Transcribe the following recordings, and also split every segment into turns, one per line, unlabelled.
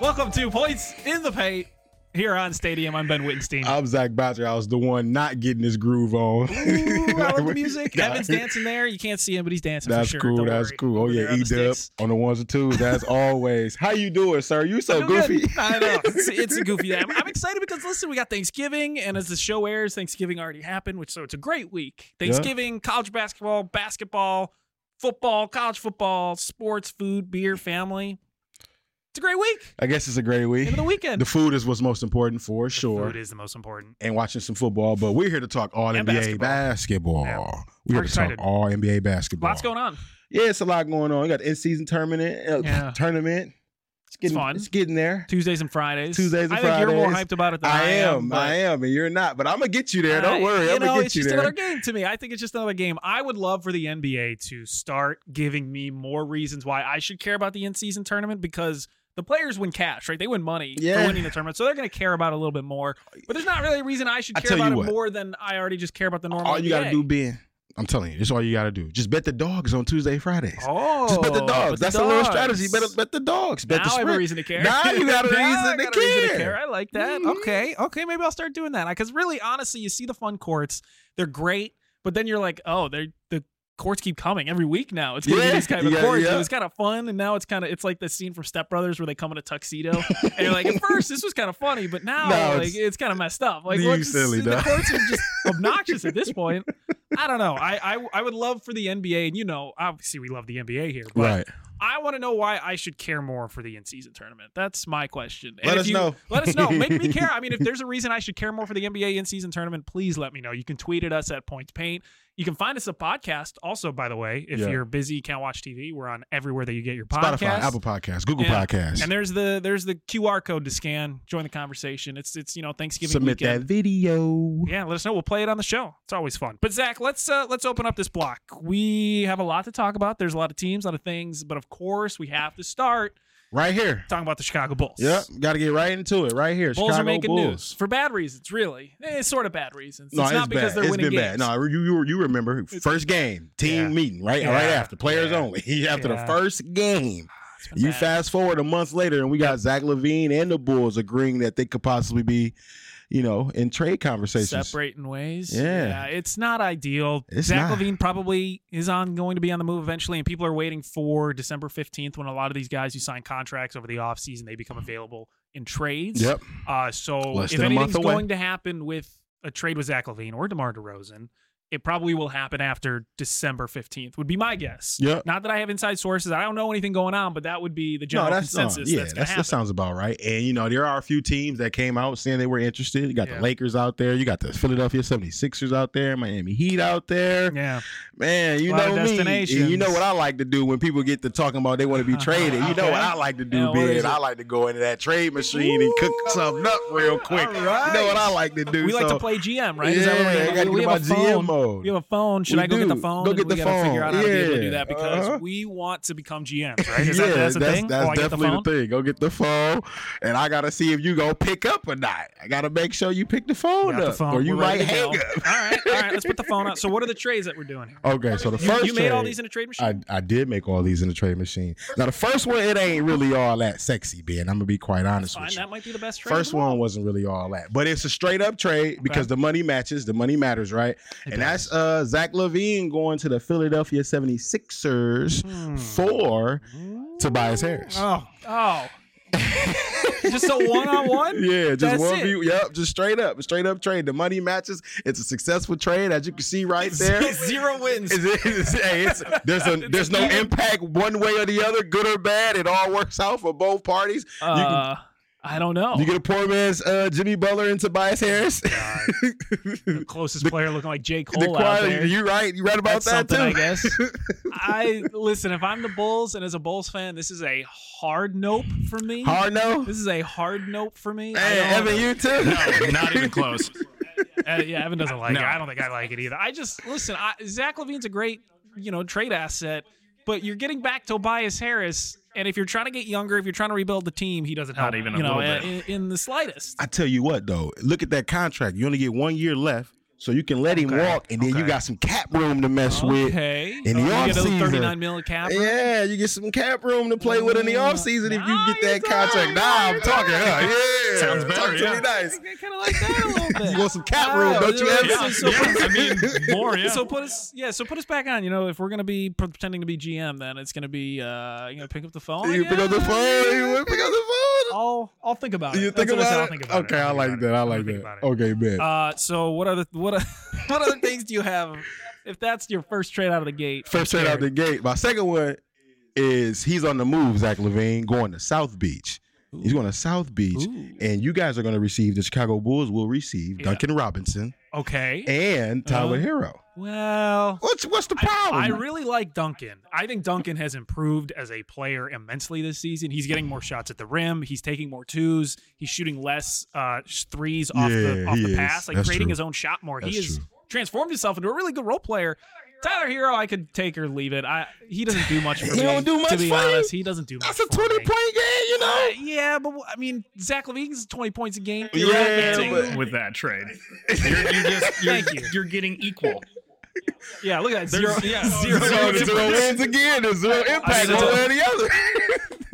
Welcome to Points in the Paint here on Stadium. I'm Ben Wittenstein.
I'm Zach Boucher. I was the one not getting his groove on.
Ooh, I love the music. Evan's dancing there. You can't see him, but he's dancing.
That's
for sure.
cool.
Don't
that's
worry.
cool. Oh
Over there
yeah,
on
E
the
Dub
sticks.
on the ones and twos. As always, how you doing, sir? You so
I'm good.
goofy.
I know. It's, it's a goofy day. I'm, I'm excited because listen, we got Thanksgiving, and as the show airs, Thanksgiving already happened, which so it's a great week.
Yeah.
Thanksgiving, college basketball, basketball, football, college football, sports, food, beer, family. It's a great week.
I guess it's a great week.
End of the weekend.
The food is what's most important for sure,
Food is the most important.
and watching some football. But we're here to talk all
And
NBA basketball.
Yeah.
We're
We're
here to talk
excited.
all NBA basketball.
Lots going on.
Yeah, it's a lot going on. We got the end season tournament. uh,
Yeah.
Tournament. It's getting
fun.
It's getting there.
Tuesdays and Fridays.
Tuesdays and
I think you're more
Fridays.
hyped about it than I,
I am.
but-
I am, and you're not. But I'm gonna get you there. Don't
Uh,
worry.
you
I'm
know,
gonna
it's
get you
just
there.
another game to me. I think it's just another game. I would love for the NBA to start giving me more reasons why I should care about the in-season tournament because the players win cash, right? They win money for
Yeah.
winning the tournament, so they're going to care about it a little bit more. But there's not really a reason I should
I
care
tell
about
you
it
what.
more than I already just care about the normal.
all you
got
gotta do, Ben. I'm telling you, this is all you gotta do. Just bet the dogs on Tuesday, Fridays.
Oh,
Just bet the
but
dogs.
the
That's a little
dogs.
strategy. Bet, bet the dogs. Bet
now
the
I have a
spread.
reason to care.
Now you got a
Now I
reason to
got a reason
care.
I like that.
Mhm.
Okay, okay, maybe I'll start doing that. Because really, honestly, you see the fun courts; they're great. But then you're like, oh, they're the courts keep coming every week now. It's gonna be
Yeah,
these kind of
yeah,
courts. It
yeah.
was kind of fun, and now it's kind of it's like the scene from Step Brothers where they come in a tuxedo, and you're like, at first this was kind of funny, but now
No,
like it's,
it's-
kind of messed up. Like
You
what's-
silly
the
dog.
courts are just obnoxious at this point. I don't know. I, I I would love for the NBA, and you know, obviously we love the NBA here, but
Right.
I want to know why I should care more for the in-season tournament. That's my question. And
Let
if
us
you-
know.
Let us know. Make me care. I mean, if there's a reason I should care more for the NBA in-season tournament, please let me know. You can tweet at us at Points Paint. You can find us a podcast. Also, by the way, if
Yeah.
you're busy, can't watch TV, we're on everywhere that you get your podcast.
Spotify, Apple Podcasts, Google
Yeah.
Podcasts.
And there's the there's the QR code to scan. Join the conversation. It's it's you know Thanksgiving
Submit
weekend.
that video.
Yeah, let us know. We'll play it on the show. It's always fun. But Zach, let's uh, let's open up this block. We have a lot to talk about. There's a lot of teams, a lot of things, but of course we have to start
Right here.
talking about the Chicago Bulls.
Yep. Got to get right into it. Right here.
Bulls
Chicago
are making
Bulls.
news for bad reasons, really. Eh, It's sort of bad reasons.
No,
it's not because
bad.
they're
It's
winning
been
games.
bad. No, you, you you remember first game team
Yeah.
meeting right
Yeah.
right after players
Yeah.
only
Yeah.
after the first game.
It's been
You
bad.
fast forward a month later, and we got Zach Levine and the Bulls agreeing that they could possibly be, you know, in trade conversations.
separating ways.
Yeah.
it's not ideal.
It's
Zach
not.
Levine probably is on going to be on the move eventually, and people are waiting for December fifteenth when a lot of these guys who sign contracts over the offseason, they become available in trades.
Yep.
Uh, so
Less
if
than a month
anything's
away.
going to happen with a trade with Zach Levine or DeMar DeRozan, it probably will happen after December 15th, would be my guess.
Yep.
Not that I have inside sources. I don't know anything going on, but that would be the general consensus
yeah,
that's going to happen.
that sounds about right. And you know, there are a few teams that came out saying they were interested. You got
Yeah.
the Lakers out there, you got the Philadelphia 76ers out there, Miami Heat out there.
yeah.
Man, you
A lot
know
of
me. And
destinations.
you know what I like to do when people get to talking about they want to be traded. You know
Okay.
what I like to do,
Yeah, what is
Ben.
it?
I like to go into that trade machine and cook
Ooh.
something up real quick. You know what I like to do.
We like to
so-
play GM, right?
Yeah,
Is that what
I
we,
gotta
we
get
have a
my
phone.
GM mode.
We have a phone. Should
We
I go get the
do.
phone?
Go
and
get
we
the
gotta figure
phone.
out how to be able to do
Yeah.
that because
Uh-huh.
we want to become GMs, right? Is
yeah,
that, that's the thing?
that's
oh, I get the
definitely
phone.
thing. Go get the phone, and I gotta see if you gonna pick up or not. I gotta make sure you pick the phone
Got
up,
the phone.
or you
We're ready
might
to go.
hang
All
up.
right, all right. Let's put the phone out. So, what are the trades that we're doing here?
Okay, so the
You-
first
you, made all
trade-
these in a trade machine.
I, I did make all these in the trade machine. Now the first one, it ain't really all that sexy, Ben. I'm gonna be quite honest
Fine,
with you.
that might be the best trade.
First
of them all.
one wasn't really all that, but it's a straight up trade because the money matches, the money matters, right?
It
and that's uh Zach Levine going to the Philadelphia 76ers
Hmm.
for Tobias Harris.
Oh, oh. Just a one on one?
Yeah, just
That's
one
it.
view. Yep, just straight up, straight up trade. The money matches. It's a successful trade, as you can see right there.
Zero wins.
Is it- is it- hey, it's- there's a there's no impact one way or the other, good or bad. It all works out for both parties.
Uh, I don't know.
You get a poor man's uh, Jimmy Butler and Tobias Harris.
the closest player looking like Jake
the
Cole out
quality,
there.
you right, you right about
That's
that too.
something, I guess. I listen. If I'm the Bulls and as a Bulls fan, this is a hard nope for me.
Hard no.
This is a hard nope for me. I
Hey,
don't-
Evan, you too.
No, not even close.
Uh, yeah, Evan doesn't like
No.
it. I don't think I like it either. I just listen. I, Zach Levine's a great, you know, trade asset, but you're getting back Tobias Harris, and if you're trying to get younger, if you're trying to rebuild the team, he doesn't help.
Not even a
you know,
little bit.
In, in the slightest.
I tell you what though, look at that contract. You only get one year left, so you can let him walk, and then you got some cap room to mess with.
Okay. Uh,
in the
you get a
offseason.
39 million cap.
Yeah, you get some cap room to play with in the
Oh,
offseason if
Nah,
you get
you're
that contract. Nah,
Oh,
I'm talking. Huh? Yeah,
Sounds better,
Talk to
yeah.
me nice.
I kind of like that a little bit.
You want some cap room,
Oh,
don't you,
yeah.
Evan?
Yeah,
So-
yeah, I mean, more, yeah.
So put us, yeah. So put us back on. You know, if we're gonna be pretending to be GM, then it's gonna be, uh, you know, pick up the phone.
You pick up the
Yeah,
phone.
yeah.
You would pick up the phone.
I'll, I'll think about it.
You
That's
think
what I said, I'll
about
think
it?
about it.
Okay, I
I'll think
like
about
that. I
I'll
like
think
that.
about
Okay, man.
it. Uh, so what other what are- what other things do you have? If that's your first trade out of the gate,
First
I'm
trade out the
scared.
gate. My second one is he's on the move, Zach Levine, going to South Beach. He's going to South Beach,
Ooh.
and you guys are going to receive the Chicago Bulls will receive
Yeah.
Duncan Robinson
Okay.
and Tyler
Uh-huh.
Hero.
Well,
What's what's the problem?
I really like Duncan. I think Duncan has improved as a player immensely this season. He's getting more shots at the rim. He's taking more twos. He's shooting less uh, sh- threes off the
Yeah,
off
he
the
is.
pass, like
That's
creating
true.
his own shot more. he
That's
has
true.
transformed himself into a really good role player. Tyler Hero, I could take or leave it. I he doesn't do much for
He
me.
don't do
to
much
be
for you?
honest. He doesn't do much.
That's a
for
twenty
me.
point game, you
Uh,
know.
yeah, but I mean, Zach Levine's twenty points a game.
Yeah,
Irrelevant.
but-
with that trade. You're, you just, you're,
Thank you.
you're getting equal.
yeah. Look at that zero. Yeah,
Zero,
zero.
to zero wins again. There's zero impact
I-
one way or the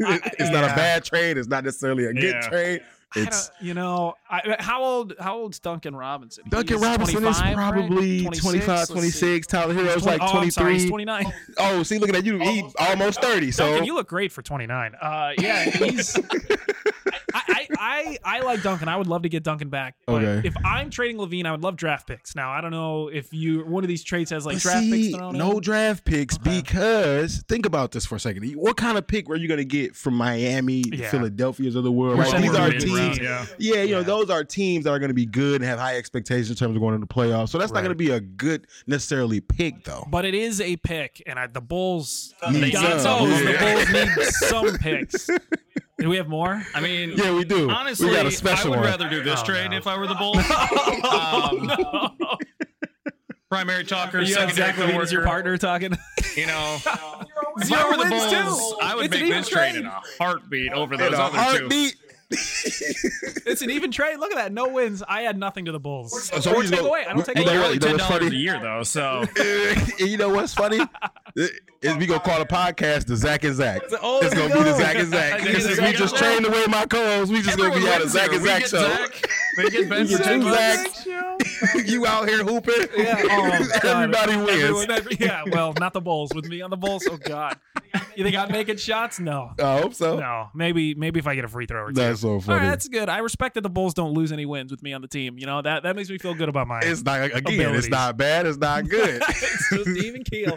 other.
I-
it's not a
yeah.
bad trade. It's not necessarily a good
Yeah.
trade.
I don't-
It's
you know I, uh, how old how old's Duncan Robinson? He
Duncan Robinson is
25, right?
probably
26?
25,
Let's see.
26. Tyler Hero's like
oh, I'm sorry, he's
23.
29.
Oh, see, looking at you, he almost 30. So
Duncan, you look great for 29. Uh, yeah, he's. I, I, I, I like Duncan. I would love to get Duncan back. But
Okay.
if I'm trading Levine, I would love draft picks. Now I don't know if you one of these trades has like
But
draft
see,
picks thrown
no
in.
draft picks because think about this for a second. What kind of pick were you going to get from Miami,
Yeah.
Philadelphia's of the world?
We're
Right?
sending
These are
them to
teams.
the mid-round,
yeah.
Yeah, you know,
Yeah.
those are teams that are going to be good and have high expectations in terms of going into the playoffs. So that's not
Right.
going to be a good necessarily pick, though.
But it is a pick, and I, the Bulls.
Need
God
some,
knows
yeah.
the Bulls need some picks. Do we have more?
I mean,
Yeah, we do.
honestly,
we got a
I
special
would
one.
rather do this
Oh,
trade
no.
if I were the Bulls. um, Primary talker,
You have
secondary
Zach Levine as
coworker.
your partner talking.
You know, if I were the
wins, too.
Bulls, I would
It's an
make
even
this trade in
trade.
a heartbeat over
In
those
a
other two.
heartbeat.
It's an even trade. Look at that. No wins. I had nothing to the Bulls.
So
Or
we
take
go-
away. I don't take
You know
They're
away.
what?
only
You know
ten
what's
dollars a
funny?
year though, so
And you know what's funny? Is we gonna call the podcast the Zach and Zach.
Oh,
It's gonna be the Zach and Zach.
Zach and
Since we
Zach.
just trained away my co-hosts, we just
Everyone
gonna be out of
wins
Zach
here.
and
We
Zach
get
show.
Zach, They get Ben for
get
ten
two
bucks.
Zach. you out here hooping?
Yeah. Oh, God.
Everybody wins.
Everyone- every- yeah, well, not the Bulls. With me on the Bulls, oh god. You think I'm making shots? No,
I hope so.
no. Maybe, maybe if I get a free throw or two.
That's so
All right,
funny.
that's good. I respect that the Bulls don't lose any wins with me on the team. You know that that makes me feel good about mine.
It's not again.
Abilities.
It's not bad. It's not good.
It's just even keel.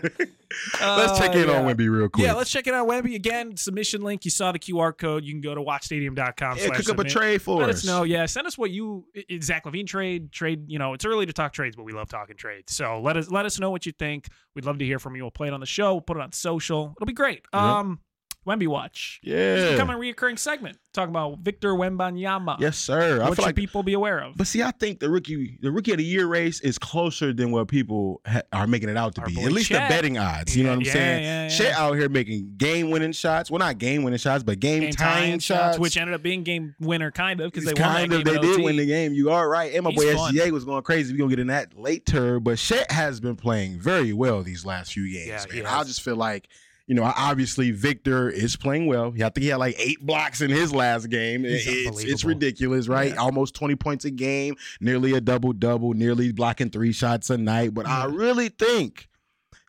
Let's check in
Uh, yeah.
on Wimby real quick.
Yeah, let's check it out. Webby again. Submission link. You saw the QR code. You can go to watchstadium.com.
Yeah,
slash
cook up a
submit.
trade for
Let
us.
us know. Yeah, send us what you i- i- Zach Levine trade trade. You know, it's early to talk trades, but we love talking trades. So let us let us know what you think. We'd love to hear from you. We'll play it on the show. We'll put it on social. It'll be great. Um, Wemby Watch. It's
Yeah.
becoming a reoccurring segment. Talking about Victor Wembanyama.
Yes, sir. I
What
feel
should
like
people be aware of?
But see, I think the rookie the rookie of the year race is closer than what people ha- are making it out to
Our
be.
boy
At least
Chet.
the betting odds. You know what I'm
Yeah,
saying?
yeah, yeah.
Shit out here making game winning shots. Well, not game winning shots, but game,
Game
time,
tying
shots.
which ended up being game winner, kind of, because they
It's
won
kind
that
of
game
they
in
did
OT.
win the game. You are right. And my
He's
boy
fun.
SGA was going crazy. We're gonna get in that later. But Chet has been playing very well these last few
Yeah,
games.
he
man.
has.
I just feel like you know, obviously Victor is playing well. I think he had like eight blocks in his last game.
He's
It's, it's
unbelievable.
ridiculous, right? Almost 20 points a game, nearly a double double, nearly blocking three shots a night. But I really think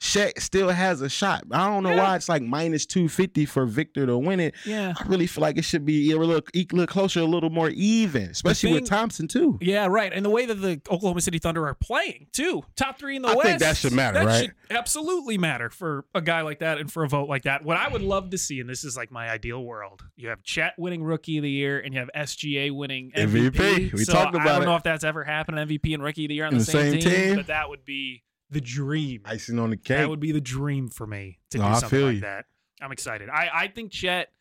Shaq still has a shot. I don't know why it's like minus 250 for Victor to win it.
Yeah.
I really feel like it should be a little, a little closer, a little more even, especially
thing-
with Thompson, too.
Yeah, right. And the way that the Oklahoma City Thunder are playing, too. Top three in the
I
West.
think that should matter,
That
right?
should absolutely matter for a guy like that and for a vote like that. What I would love to see, and this is like my ideal world, you have Chet winning Rookie of the Year and you have SGA winning MVP.
MVP. We
so
talked
I
about
don't
it.
know if that's ever happened, MVP and Rookie of the Year on
In
the,
the
same,
same
team,
team?
but that would be the dream.
Icing on the cake.
That would be the dream for me to
No,
do
I
something
feel
like
you.
that. I'm excited. I, I think Chet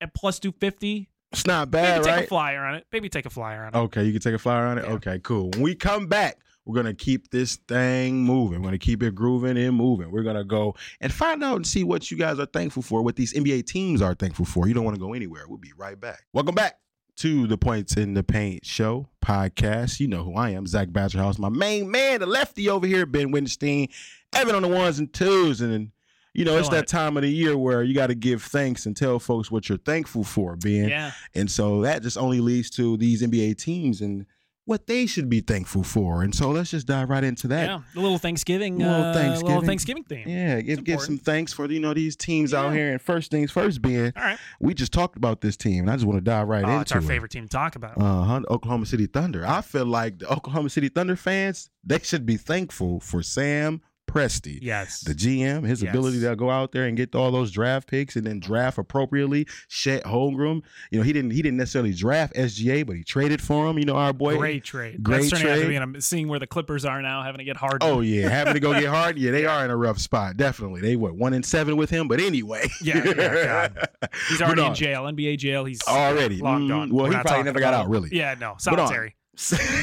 at plus 250,
it's not
maybe
bad,
take
right? Oh,
a flyer on it. Maybe take a flyer on it.
Okay, you can take a flyer on it.
Yeah.
Okay, cool. When we come back, we're gonna keep this thing moving. We're gonna keep it grooving and moving. We're gonna go and find out and see what you guys are thankful for, what these NBA teams are thankful for. You don't want to go anywhere. We'll be right back. Welcome back to the Points in the Paint Show podcast. You know who I am, Zach Batcherhouse, my main man, the lefty over here, Ben Winstein, Evan on the ones and twos, and then, you know, it's
Killing
that
it.
time of the year where you got to give thanks and tell folks what you're thankful for, Ben.
Yeah.
And so that just only leads to these NBA teams and what they should be thankful for. And so let's just dive right into that.
Yeah, the little Thanksgiving,
Little
uh, little
Thanksgiving.
Thanksgiving theme.
Yeah, give, give some
important.
thanks for you know these teams out
Yeah.
here. And first things first, being
All right,
we just talked about this team, and I just want to dive right
oh,
into
it's our
it.
favorite team to talk about.
Uh huh. Oklahoma City Thunder. I feel like the Oklahoma City Thunder fans they should be thankful for Sam Presti.
yes,
the GM, his
Yes.
ability to go out there and get all those draft picks and then draft appropriately. Chet Holmgren, you know, he didn't he didn't necessarily draft SGA, but he traded for him. You know, our boy.
great trade. That's
great
turning out to
trade.
be, and I'm seeing where the Clippers are now, having to get hard.
Oh yeah, having to go get hard. Yeah, they are in a rough spot. Definitely, they were one in seven with him. But anyway,
Yeah, yeah, God. he's
But
already in
no,
jail, NBA jail. He's
Already.
long
Mm,
gone.
well,
We're
he
not
probably
talking
never got
about
out,
him.
really.
Yeah, no,
But on.
solitary.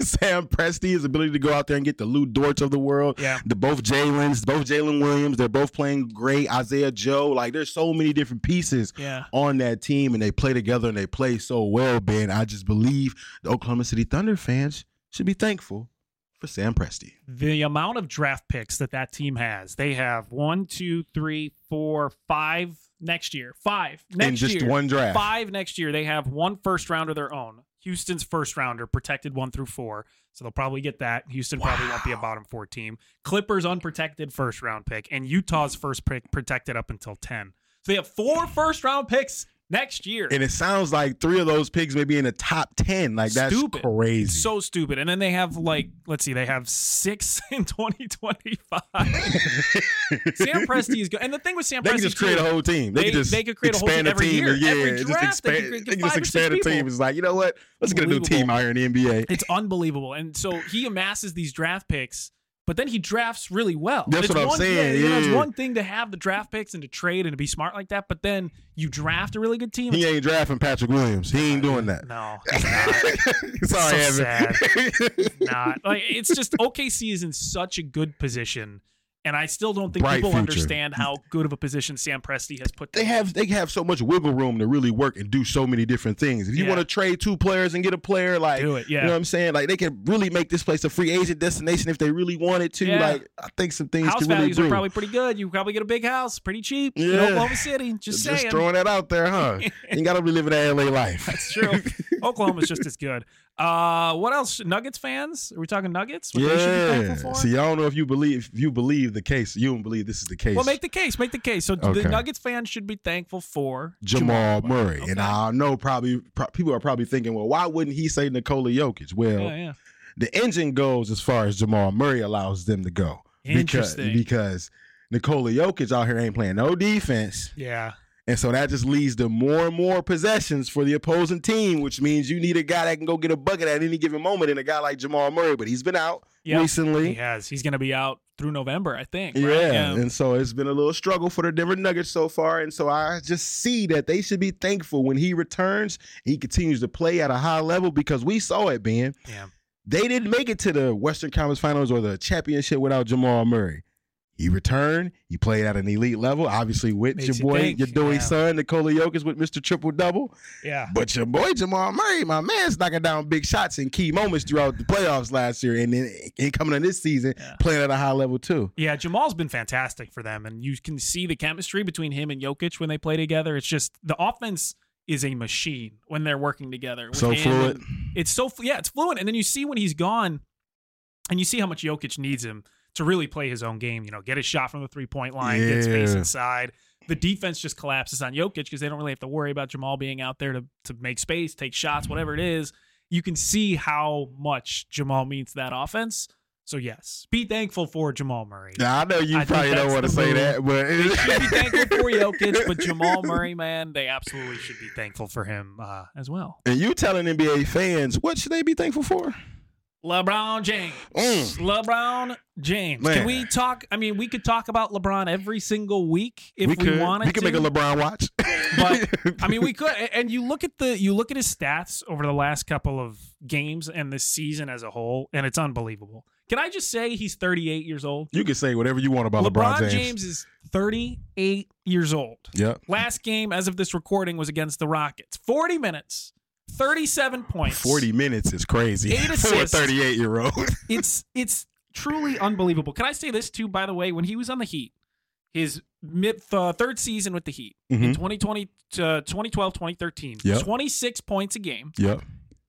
Sam Presti, his ability to go out there and get the Lou Dort's of the world,
Yeah,
the both Jalen's, both Jalen Williams, they're both playing great. Isaiah Joe, like there's so many different pieces
yeah.
on that team and they play together and they play so well, Ben. I just believe the Oklahoma City Thunder fans should be thankful for Sam Presti.
The amount of draft picks that that team has, they have one, two, three, four, five next year, five next
in just
year.
one draft.
five next year. They have one first rounder of their own. Houston's first rounder, protected one through four. So they'll probably get that. Houston probably won't be a bottom four team. Clippers unprotected first round pick, and Utah's first pick protected up until 10. So they have four first round picks next year.
And it sounds like three of those pigs may be in the top 10. Like, that's
Stupid.
crazy.
so stupid. And then they have like, let's see, they have six in 2025. Sam Presti is good. And the thing with Sam
they
Presti
can just
too-
create a whole team. They,
They-
can just
they could create a whole
expand
team every year.
Yeah,
Every
just
draft, they could get
expand. They can just
five or six
expand a team.
people.
It's like, you know what? Let's get a new team
Unbelievable.
out here in the NBA.
It's unbelievable. And so he amasses these draft picks, but then he drafts really well.
That's
it's
what I'm
one,
saying,
you know, it's
yeah.
one thing to have the draft picks and to trade and to be smart like that, but then you draft a really good team.
He ain't drafting Patrick Williams. He ain't doing that.
no,
Sorry,
So
Evan.
not like it's just OKC is in such a good position. And I still don't think
Bright
people
future.
understand how good of a position Sam Presti has put.
they
them in.
have they have so much wiggle room to really work and do so many different things. If you
Yeah.
want to trade two players and get a player, like
do it.
you
Yeah,
know what I'm saying, like they can really make this place a free agent destination if they really wanted to.
Yeah.
Like I think some things
house
can really
values
do.
are probably pretty good. You probably get a big house, pretty cheap in
Yeah.
Oklahoma City. Just,
just,
saying.
throwing that out there, huh? you ain't gotta be living that LA life.
That's true. Oklahoma's just as good. Uh, what else? Nuggets fans? Are we talking Nuggets? What they should be
yeah.
thankful for?
See, I don't know if you believe if you believe the case. You don't believe this is the case.
well, make the case. Make the case. So
Okay.
the Nuggets fans should be thankful for
Jamal Murray, and
Okay.
I know probably pro- people are probably thinking, well, why wouldn't he say Nikola Jokic? Well,
Yeah, yeah.
the engine goes as far as Jamal Murray allows them to go. Because,
Interesting.
because Nikola Jokic out here ain't playing no defense.
yeah.
And so that just leads to more and more possessions for the opposing team, which means you need a guy that can go get a bucket at any given moment and a guy like Jamal Murray, but he's been out
Yeah. He
recently.
has. He's going to be out through November, I think. right?
Yeah. And so it's been a little struggle for the Denver Nuggets so far. And so I just see that they should be thankful when he returns. He continues to play at a high level because we saw it, Ben.
Yeah.
They didn't make it to the Western Conference Finals or the championship without Jamal Murray. He returned. He played at an elite level. Obviously, with
Makes you
your boy,
think,
your doing
yeah.
son, Nikola Jokic with Mr. Triple Double.
Yeah.
But your boy Jamal Murray, my man's knocking down big shots in key moments throughout the playoffs last year, and then and coming in this season
Yeah.
playing at a high level too.
Yeah, Jamal's been fantastic for them, and you can see the chemistry between him and Jokic when they play together. It's just the offense is a machine when they're working together. with
So
him
fluid.
and- It's so flu- yeah, it's fluent. And then you see when he's gone, and you see how much Jokic needs him to really play his own game. You know, get his shot from the three point line, get space
Yeah.
inside. The defense just collapses on Jokic because they don't really have to worry about Jamal being out there to to make space, take shots, whatever it is. You can see how much Jamal means to that offense. So yes, be thankful for Jamal Murray.
Now, I know you
I think
probably don't
that's
want to
the
say
move.
that,
They should be
but
thankful for Jokic, but Jamal Murray, man, they absolutely should be thankful for him uh, as well.
and you telling NBA fans what should they be thankful for?
LeBron James.
Mm.
LeBron James.
Man.
Can we talk? I mean, we could talk about LeBron every single week if we,
could
wanted
we could
to.
make a LeBron watch.
But, I mean, we could. A- And you look at the you look at his stats over the last couple of games and this season as a whole, and it's unbelievable. Can I just say he's 38 years old?
you can say whatever you want about LeBron,
LeBron
James.
James is 38 years old.
Yep.
Last game, as of this recording, was against the Rockets. 40 minutes, 37 points.
40 minutes is crazy
Eight
for a
assists.
38 year old.
It's it's truly unbelievable. Can I say this too? By the way, when he was on the Heat, his mid th- third season with the Heat
Mm-hmm.
in uh, 2020 to 2012, 2013,
Yep.
26 points a game,
Yep.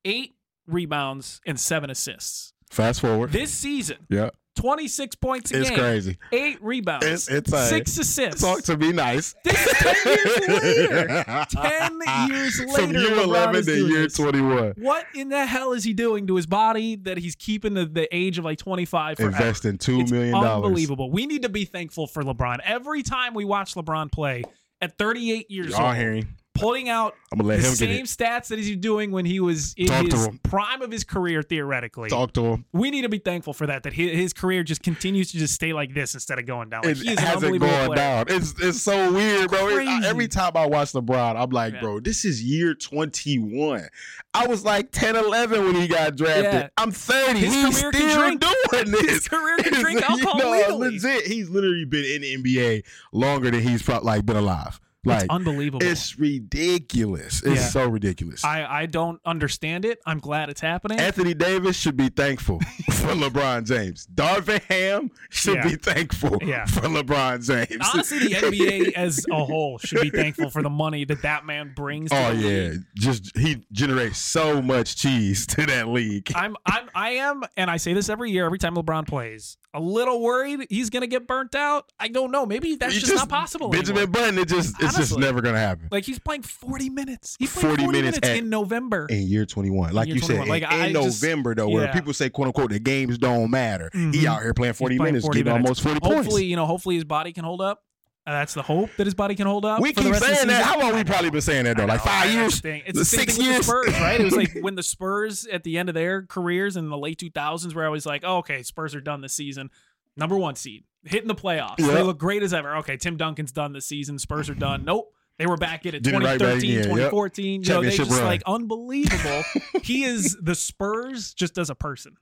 eight rebounds, and seven assists.
Fast forward.
This season,
Yep.
26 points a
It's
game,
crazy.
eight rebounds,
It's- it's a-
six assists.
Talk to me nice.
This is 10 years later. 10 years
From
later,
year
LeBron
11
is
to
doing
year
this.
21.
What in the hell is he doing to his body that he's keeping the, the age of like 25 forever?
Investing $2
It's
million. dollars.
Unbelievable. We need to be thankful for LeBron. Every time we watch LeBron play at 38 years
Y'all
old,
hearing?
putting out
I'm going to let
the
him get
same
it.
stats that he's doing when he was in
Talk to
his
him.
prime of his career, theoretically.
Talk to him.
We need to be thankful for that, that his, his career just continues to just stay like this instead of going down. Like, he
it
is an
hasn't
unbelievable
gone
player.
down. It's it's so weird, bro. It- I-
Crazy.
every time I watch LeBron, I'm like,
Yeah.
bro, this is year 21. I was like 10, 11 when he got drafted.
Yeah.
I'm 30.
His
He's
career
still
can drink-
doing this.
His career can drink
You
alcohol
know,
legally.
Legit, he's literally been in the NBA longer than he's probably like been alive. Like
it's unbelievable.
it's ridiculous. It's
Yeah.
so ridiculous.
I, I don't understand it. I'm glad it's happening.
Anthony Davis should be thankful for LeBron James. Darvin Ham should
Yeah.
be thankful
Yeah.
for LeBron James.
Honestly, the NBA as a whole should be thankful for the money that that man brings. To
Oh
the
yeah,
league.
just he generates so much cheese to that league.
I'm I'm I am, and I say this every year, every time LeBron plays. A little worried he's gonna get burnt out. I don't know. Maybe that's
You
just, not possible.
Benjamin
anymore.
Button, it just it's just
Honestly.
never gonna happen.
like he's playing 40 minutes. He played
40
40,
minutes
minutes,
at-
in November.
in year 21. Like
year
you
21.
said,
Like,
in,
I
in
just-
November, though, where
yeah.
people say, quote unquote, the games don't matter.
Mhm.
He out here playing 40
He's playing
minutes,
40
getting
minutes.
almost 40
hopefully,
points.
you know, hopefully his body can hold up. Uh, that's the hope that his body can hold up.
We
for the
keep
rest of the
saying that.
season.
How long we probably been saying that, though?
I know,
Like five
right? That's
years?
the thing. It's the same
Six
thing
years?
with the Spurs, right? It was like when the Spurs at the end of their careers in the late 2000s, where I was like, oh, okay, Spurs are done this season. Number one seed, hitting the playoffs.
Yeah.
They look great as ever. Okay, Tim Duncan's done this season. Spurs are done. Nope. They were back at it
Did it right back
2013,
again. Yep.
2014. You know, they
Championship
just
run.
like unbelievable. he is the Spurs just as a person.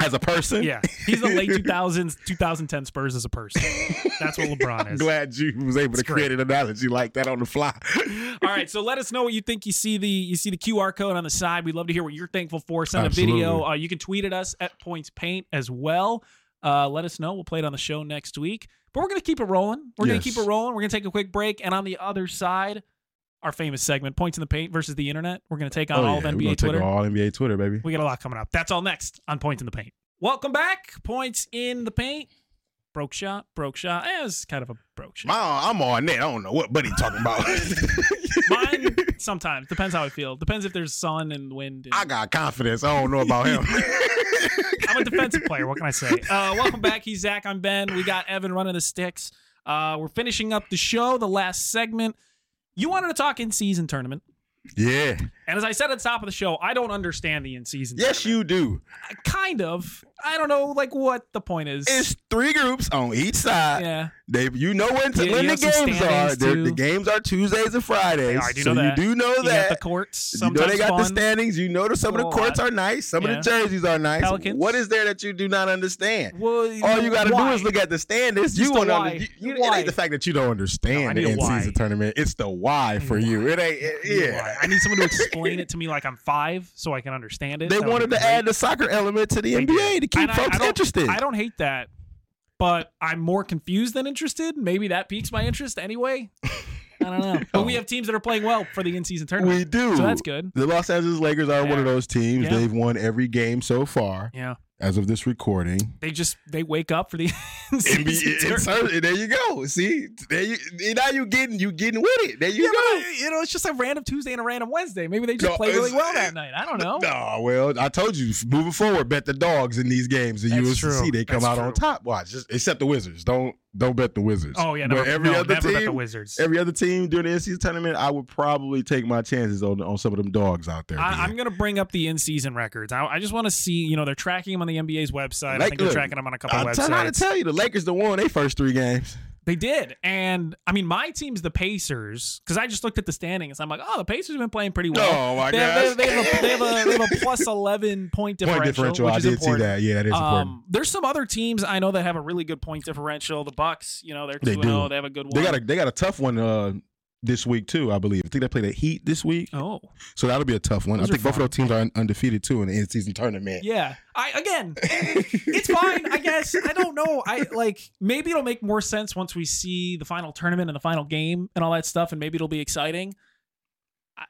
As a person?
Yeah. He's the late 2000s, 2010 Spurs as a person. That's what LeBron
I'm
is.
glad you was able to
It's
create an analogy like that on the fly.
All right, so let us know what you think. You see the you see the QR code on the side. We'd love to hear what you're thankful for. Send
Absolutely.
a video. Uh, you can tweet at us at Points Paint as well. Uh, let us know. We'll play it on the show next week. But we're gonna keep it rolling. We're gonna
Yes.
keep it rolling. We're gonna take a quick break, and on the other side, our famous segment, Points in the Paint versus the Internet. We're gonna take on all
Oh, yeah,
of
we gonna
NBA
take
Twitter.
all NBA Twitter, baby.
We got a lot coming up. That's all next on Points in the Paint. Welcome back, Points in the Paint. Broke shot, broke shot. Eh, it was kind of a broke shot.
My, I'm on that. I don't know what buddy talking about.
Mine sometimes depends how I feel. Depends if there's sun and wind. And
I got confidence. I don't know about him.
I'm a defensive player. What can I say? Uh, welcome back. He's Zach. I'm Ben. We got Evan running the sticks. Uh, we're finishing up the show. The last segment. You wanted to talk in season tournament,
yeah.
And as I said at the top of the show, I don't understand the in season.
Yes, you do.
kind of. I don't know, like what the point is.
It's three groups on each side.
yeah,
They, you know when, to,
Yeah,
when
you
the
have some
games are.
standings,
They're- The
too.
games are Tuesdays and Fridays.
I do
so
know
you
that.
do know
you got the
that.
courts.
you know
Sometimes
they got the
fun.
standings. You know that some of the
Oh,
courts are nice. Some
yeah.
of the jerseys are nice.
Pelicans.
What is there that you do not understand?
Well,
All you got to do
why?
is look at the standings.
Just the
you won't
why.
under- you- you-
The
It
why.
ain't the fact that you don't
No, I
understand
need
the
a
end
why.
season tournament. It's the why for you. It ain't. it- yeah.
Why? I need someone to explain it to me like I'm five so I can understand it.
They
That would
wanted
be
to
great.
add the soccer element to the
They
NBA to
did.
keep
And I- I
folks
don't-
interested.
I don't hate that, but I'm more confused than interested. Maybe that piques my interest anyway. I don't know. But we have teams that are playing well for the in-season tournament,
We do.
so that's good.
The Los Angeles Lakers are
They
one
are.
of those teams.
Yeah.
They've won every game so far
Yeah,
as of this recording.
they just they wake up for the in-season
NBA,
tournament.
insert- there you go. See, there you now you getting you getting with it. There you
Yeah,
go.
but, uh, you know, it's just a random Tuesday and a random Wednesday. Maybe they just
No,
play really
it's-
well that night. I don't know.
Nah, well, I told you. Moving forward, bet the dogs in these games, and you will
That's true.
see they come
That's
out on
true.
top. Watch, just, except the Wizards. Don't don't bet the Wizards.
Oh yeah,
But
never,
every
no,
other
never bet the
team-
Wizards.
Every other team during the NCAA tournament, I would probably take my chances on on some of them dogs out there.
I,
man.
I'm going to bring up the in-season records. I, I just want to see. You know, they're tracking them on the NBA's website. I
Like,
think they're
look,
tracking them on a couple
I'm trying to
websites.
tell you, the Lakers the won their first three games.
They did, and I mean, my team's the Pacers because I just looked at the standings. I'm like, oh, the Pacers have been playing pretty well.
oh my
they, have, they, have a, they, have a, they have a plus 11 point differential,
Point differential.
which
I
is
did
important.
see that. Yeah, that is important.
Um, there's some other teams I know that have a really good point differential. The Bucks, you know, they're
They
two and zero.
do.
They have a good one.
They got a they got a tough one uh, this week too. I believe. I think they play the Heat this week,
oh
so that'll be a tough one.
Those
I
are
think both of
fun.
those teams are un- undefeated too in the end season tournament.
yeah. I again, it's fine, I guess. I don't know. I like maybe it'll make more sense once we see the final tournament and the final game and all that stuff, and maybe it'll be exciting. I,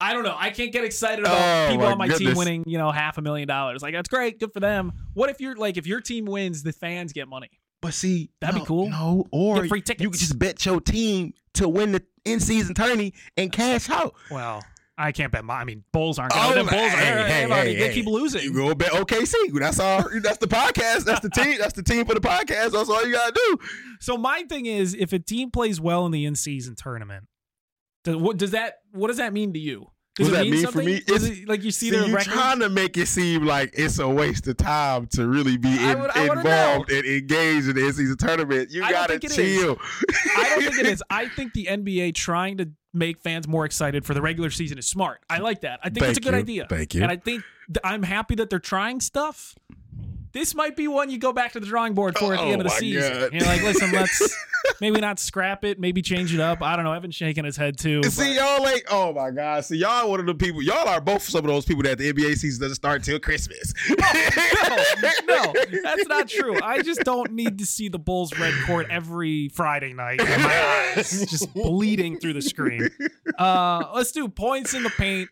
I don't know. I can't get excited about
Oh,
people
my
on my team
goodness.
winning, you know, half a million dollars. Like that's great, good for them. What if you're like if your team wins, the fans get money?
But see,
That'd be
no-
cool.
No, or
Get free
you
tickets.
could just bet your team to win the in season tourney and cash out.
Well, I can't bet. My, I mean, Bulls aren't.
Oh,
Gonna, oh, Bulls are.
hey, hey,
they already-
hey,
they
hey.
keep
You
losing.
go bet OKC. That's all. That's the podcast. That's the team. That's the team for the podcast. That's all you gotta do.
So my thing is, if a team plays well in the in-season tournament, does, what does that what does that mean to you? Does
What does that mean for
something?
me?
Does
It's-
it- like you see,
See,
their
you
record.
trying to make it seem like it's a waste of time to really be
I
in-
would- I wanna
involved and engaged in the season tournament. You
I don't
gotta
think it
chill.
I don't think it is. I think the NBA trying to make fans more excited for the regular season is smart. I like that. I think it's a
Thank
good
you.
idea.
Thank you.
And I think th- I'm happy that they're trying stuff. This might be one you go back to the drawing board for at the
Oh
end of the
my
season.
God.
You're like, listen, let's maybe not scrap it, maybe change it up. I don't know. Evan's shaking his head too. but-
See y'all like oh my god! See y'all one of the people. Y'all are both some of those people that the NBA season doesn't start till Christmas.
no, no, that's not true. I just don't need to see the Bulls red court every Friday night. In my eyes just bleeding through the screen. Uh, let's do points in the paint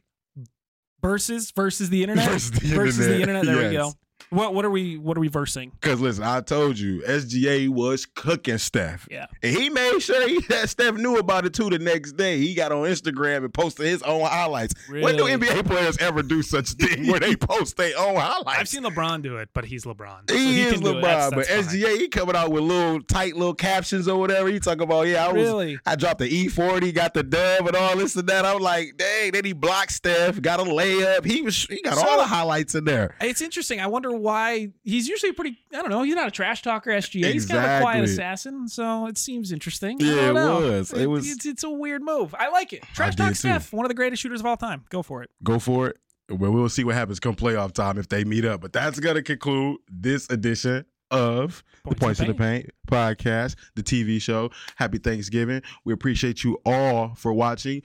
versus versus the internet
Versus the
versus the
internet,
internet. There we go.
yes.
What what are we what are we versing?
Because listen, I told you, SGA was cooking Steph.
Yeah.
And he made sure he, that Steph knew about it too the next day. He got on Instagram and posted his own highlights. When do
Really?
NBA players ever do such thing where they post their own highlights?
I've seen LeBron do it, but he's LeBron. So
he, is
can do it. That's-
LeBron, but
that's fine.
SGA he coming out with little tight little captions or whatever. He talking about, yeah, I was,
Really?
I dropped the E forty, got the dub and all this and that. I'm like, dang. Then he blocked Steph, got a layup. He was, he got
So-
all the highlights in there.
It's interesting. I wonder why he's usually pretty. I don't know. He's not a trash talker. SGA. He's kind of a quiet
Exactly.
assassin. So it seems interesting. I
Yeah,
don't
it
know.
was. It was-
It's, it's a weird move. I like it. Trash
did
talk
too.
Steph, one of the greatest shooters of all time. Go for it.
go for it. Well, we'll see what happens come playoff time if they meet up. But that's gonna conclude this edition of the Points in the Paint podcast, the TV show. Happy Thanksgiving. We appreciate you all for watching.